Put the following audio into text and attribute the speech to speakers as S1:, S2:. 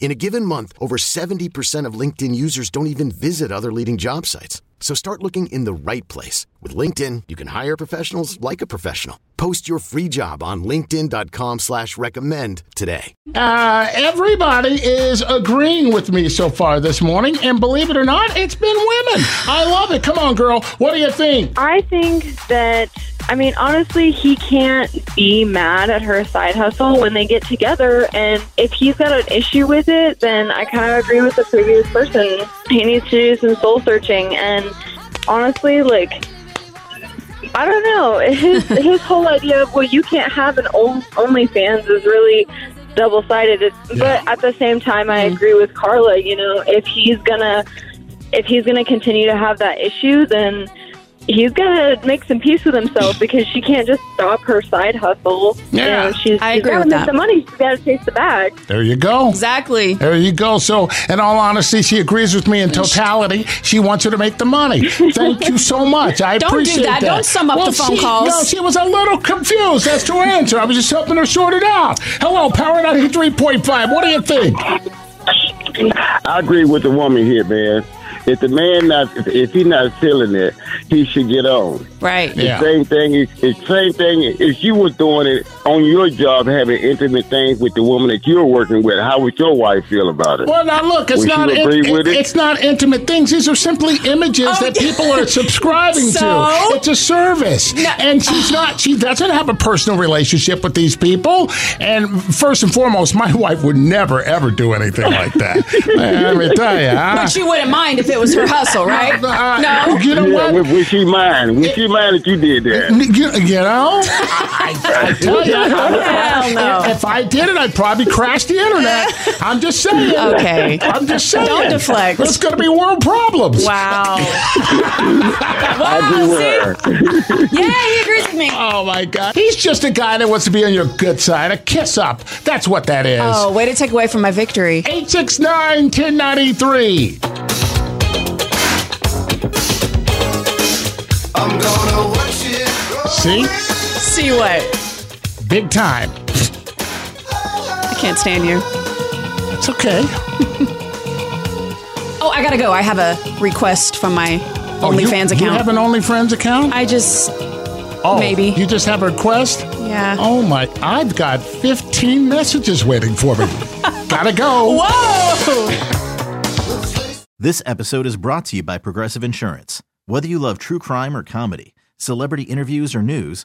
S1: In a given month, over 70% of LinkedIn users don't even visit other leading job sites. So start looking in the right place. With LinkedIn, you can hire professionals like a professional. Post your free job on linkedin.com slash recommend today.
S2: Uh, everybody is agreeing with me so far this morning, and believe it or not, it's been women. I love it. Come on, girl. What do you think?
S3: I think that, I mean, honestly, he can't be mad at her side hustle when they get together. And if he's got an issue with it, then I kind of agree with the previous person. He needs to do some soul searching. And honestly, like, I don't know. His his whole idea of well, you can't have an on- OnlyFans is really double sided. But at the same time, I agree with Carla. You know, if he's gonna if he's gonna continue to have that issue, then he's gonna make some peace with himself because she can't just stop her side hustle.
S2: Yeah.
S3: you know, she's,
S4: I
S3: she's
S4: agree
S3: gotta
S4: with
S3: make
S4: that.
S3: the money. She's gotta chase the bag.
S2: There you go.
S4: Exactly.
S2: There you go. So, in all honesty, she agrees with me in totality. She wants you to make the money. Thank you so much. I
S4: Don't do
S2: appreciate
S4: that. Don't sum up
S2: Well,
S4: the phone
S2: she-
S4: calls.
S2: No, she was a little confused as to her answer. I was just helping her sort it out. Hello, Power 93.5. What do you think?
S5: I agree with the woman here, man. If the man not, if, if he not feeling it, he should get on.
S4: Right.
S2: Yeah.
S5: Same thing. is- It's same thing. If you was doing it on your job, having intimate things with the woman that you're working with, how would your wife feel about it?
S2: Well, now look, it's
S5: Would you
S2: not in-
S5: agree
S2: it-
S5: with it?
S2: it's not intimate things. These are simply images
S4: Oh,
S2: that
S4: yeah.
S2: people are subscribing
S4: So?
S2: to. It's a service, and she's not. She doesn't have a personal relationship with these people. And first and foremost, my wife would never ever do anything like that. Let me tell you. huh?
S4: But she wouldn't mind if it was her hustle, right?
S2: Uh,
S4: no.
S2: You know
S5: yeah,
S2: what?
S5: would, would she mind? Would she mind if you did that?
S2: You, you know, I, I tell you,
S4: Hell no.
S2: if I did it, I'd probably crash the internet. I'm just saying.
S4: Okay.
S2: I'm just saying.
S4: Don't deflect.
S2: It's going to be world problems.
S4: Wow.
S5: I agree with her.
S4: yeah, he agrees with me.
S2: Oh my God. He's just a guy that wants to be on your good side. A kiss up. That's what that is.
S4: Oh, way to take away from my victory.
S2: 869 1093.
S6: I'm gonna watch it.
S2: See?
S4: See what?
S2: Big time.
S4: I can't stand you.
S2: It's okay.
S4: Oh, I gotta go. I have a request from my OnlyFans
S2: Oh, you, You
S4: account.
S2: have an OnlyFans account?
S4: I just,
S2: oh,
S4: maybe. Uh.
S2: You just have a request?
S4: yeah.
S2: Oh my. I've got 15 messages waiting for me. Gotta go.
S4: Whoa!
S7: This episode is brought to you by Progressive Insurance. Whether you love true crime or comedy, celebrity interviews or news,